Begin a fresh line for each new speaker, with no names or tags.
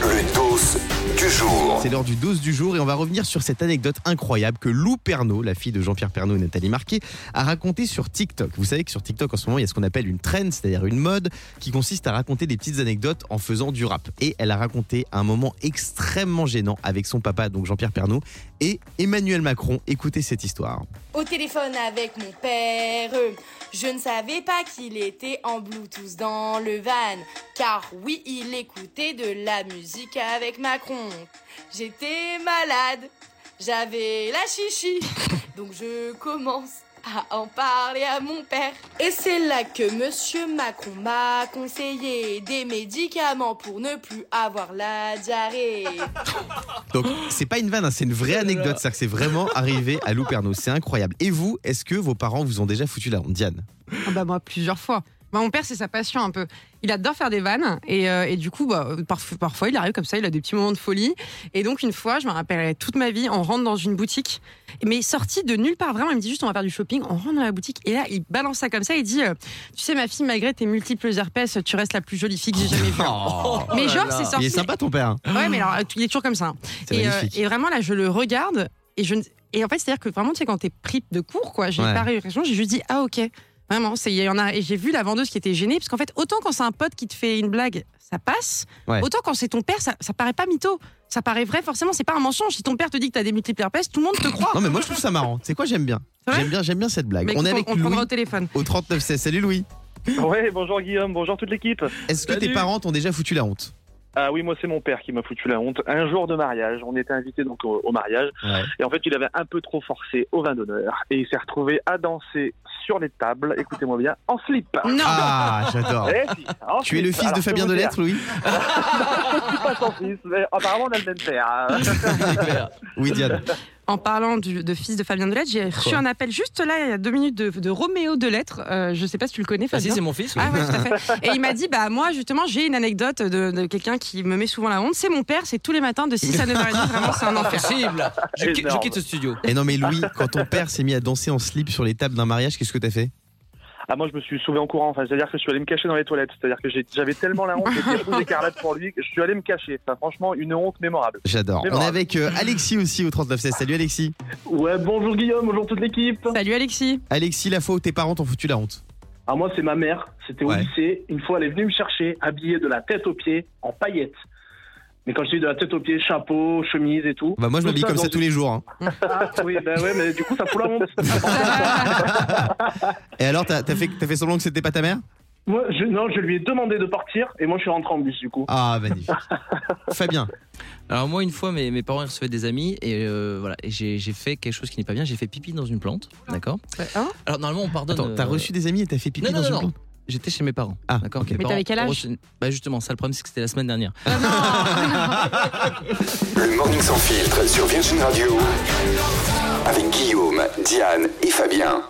Le dos du jour.
C'est l'heure du 12 du jour et on va revenir sur cette anecdote incroyable que Lou Pernot, la fille de Jean-Pierre Pernot et Nathalie Marquet, a racontée sur TikTok. Vous savez que sur TikTok en ce moment il y a ce qu'on appelle une trend, c'est-à-dire une mode qui consiste à raconter des petites anecdotes en faisant du rap. Et elle a raconté un moment extrêmement gênant avec son papa, donc Jean-Pierre Pernot, et Emmanuel Macron. Écoutez cette histoire.
Au téléphone avec mon père, je ne savais pas qu'il était en Bluetooth dans le van, car oui, il écoutait de la musique avec Macron. J'étais malade, j'avais la chichi, donc je commence à en parler à mon père. Et c'est là que monsieur Macron m'a conseillé des médicaments pour ne plus avoir la diarrhée.
Donc c'est pas une vanne, hein, c'est une vraie anecdote, c'est-à-dire que c'est vraiment arrivé à Lou Pernot. C'est incroyable. Et vous, est-ce que vos parents vous ont déjà foutu la honte, Diane
Ah bah moi plusieurs fois. Bah, mon père c'est sa passion un peu. Il adore faire des vannes et, euh, et du coup bah, parf- parfois il arrive comme ça, il a des petits moments de folie. Et donc une fois, je me rappellerai toute ma vie, on rentre dans une boutique, mais sorti de nulle part vraiment, il me dit juste on va faire du shopping, on rentre dans la boutique et là il balance ça comme ça, il dit euh, tu sais ma fille malgré tes multiples herpès, tu restes la plus jolie fille que j'ai jamais vue. mais genre c'est
Oh Il
sorti.
est sympa ton père. hein.
Ouais mais alors euh, il est toujours comme ça.
C'est
Et, euh,
magnifique.
et vraiment, là, je le regarde et je ne- et en fait, c'est-à-dire que vraiment, tu sais, quand t'es pris de court, quoi, j'ai
Ouais.
pas eu l'impression, j'ai juste dit ah ok. Vraiment, c'est il y en a et j'ai vu la vendeuse qui était gênée parce qu'en fait, autant quand c'est un pote qui te fait une blague, ça passe,
Ouais.
autant quand c'est ton père, ça, ça paraît pas mytho, ça paraît vrai forcément, c'est pas un mensonge. Si ton père te dit que t'as des multiples herpès, tout le monde te croit.
Non mais moi je trouve ça marrant. C'est quoi j'aime bien.
C'est vrai
J'aime bien, j'aime bien cette blague.
Mais
on est
qu'on-
avec
on le
Louis
prendra au téléphone.
au 39 16. Salut Louis.
Ouais, bonjour Guillaume, bonjour toute l'équipe.
Est-ce que tes
Salut.
parents t'ont déjà foutu la honte
Ah oui, moi c'est mon père qui m'a foutu la honte. Un jour de mariage, on était invité donc au, au mariage
Ouais.
et en fait il avait un peu trop forcé au vin d'honneur et il s'est retrouvé à danser sur les tables, écoutez-moi bien, en slip.
Non,
Ah, j'adore.
Eh si, en
Tu es le
slip.
fils de
Alors,
Fabien
je peux vous
Delettre, Louis
dire, Je suis pas son fils, mais apparemment on a le même père. hein.
Oui, Diane.
en parlant du- de fils de Fabien Delettre, j'ai reçu
Quoi
un appel juste là il y a deux minutes de, de Roméo Delettre. Euh, je sais pas si tu le connais,
Ah
Fabien.
si, c'est mon fils. oui.
Ah ouais, tout à fait. Et il m'a dit, bah moi justement, j'ai une anecdote de, de quelqu'un qui me met souvent la honte. C'est mon père, c'est tous les matins de 6 à 9h30, vraiment c'est un enfer.
Impossible. Ah, Je, qui- je
Énorme.
quitte ce studio.
Et Eh non, mais Louis, quand ton père s'est mis à danser en slip sur les tables d'un mariage, qu'est-ce que t'as fait
Ah moi je me suis sauvé en courant, enfin, c'est-à-dire que je suis allé me cacher dans les toilettes, c'est-à-dire que j'ai- j'avais tellement la honte, j'étais épouse écarlate pour lui que je suis allé me cacher. Enfin, franchement une honte mémorable.
J'adore.
C'est
On est
marrant.
avec euh, Alexis aussi au 39 16. Salut Alexis.
Ouais, bonjour Guillaume, bonjour toute l'équipe.
Salut Alexis.
Alexis, la fois où tes parents t'ont foutu la honte.
Ah, moi, c'est ma mère, c'était au
Ouais.
lycée. Une fois, elle est venue me chercher, habillée de la tête aux pieds, en paillettes. Mais quand je dis de la tête aux pieds, chapeau, chemise et tout.
Bah moi je m'habille comme ça tous les jours. hein.
Ah, oui, ben ouais, mais du coup, ça fout la honte.
Et alors t'as t'as fait, t'as fait semblant que c'était pas ta mère
moi, je, non, je lui ai demandé de partir et moi, je suis rentré en bus, du coup.
Ah magnifique. Fabien,
Alors moi, une fois, mes, mes parents ils recevaient des amis et euh, voilà, et j'ai j'ai fait quelque chose qui n'est pas bien. J'ai fait pipi dans une plante, d'accord.
Hein
Alors normalement, on pardonne.
attends, t'as
euh,
reçu des amis et t'as fait pipi
Non, non,
dans
non,
une
non.
plante
J'étais chez mes parents,
Ah,
d'accord.
ok.
Mes
Mais
parents
t'avais quel
ont
âge
reçu- Bah justement, ça le problème, c'est que c'était la semaine dernière.
Le morning sans filtre sur Virgin Radio. Avec Guillaume, Diane et Fabien.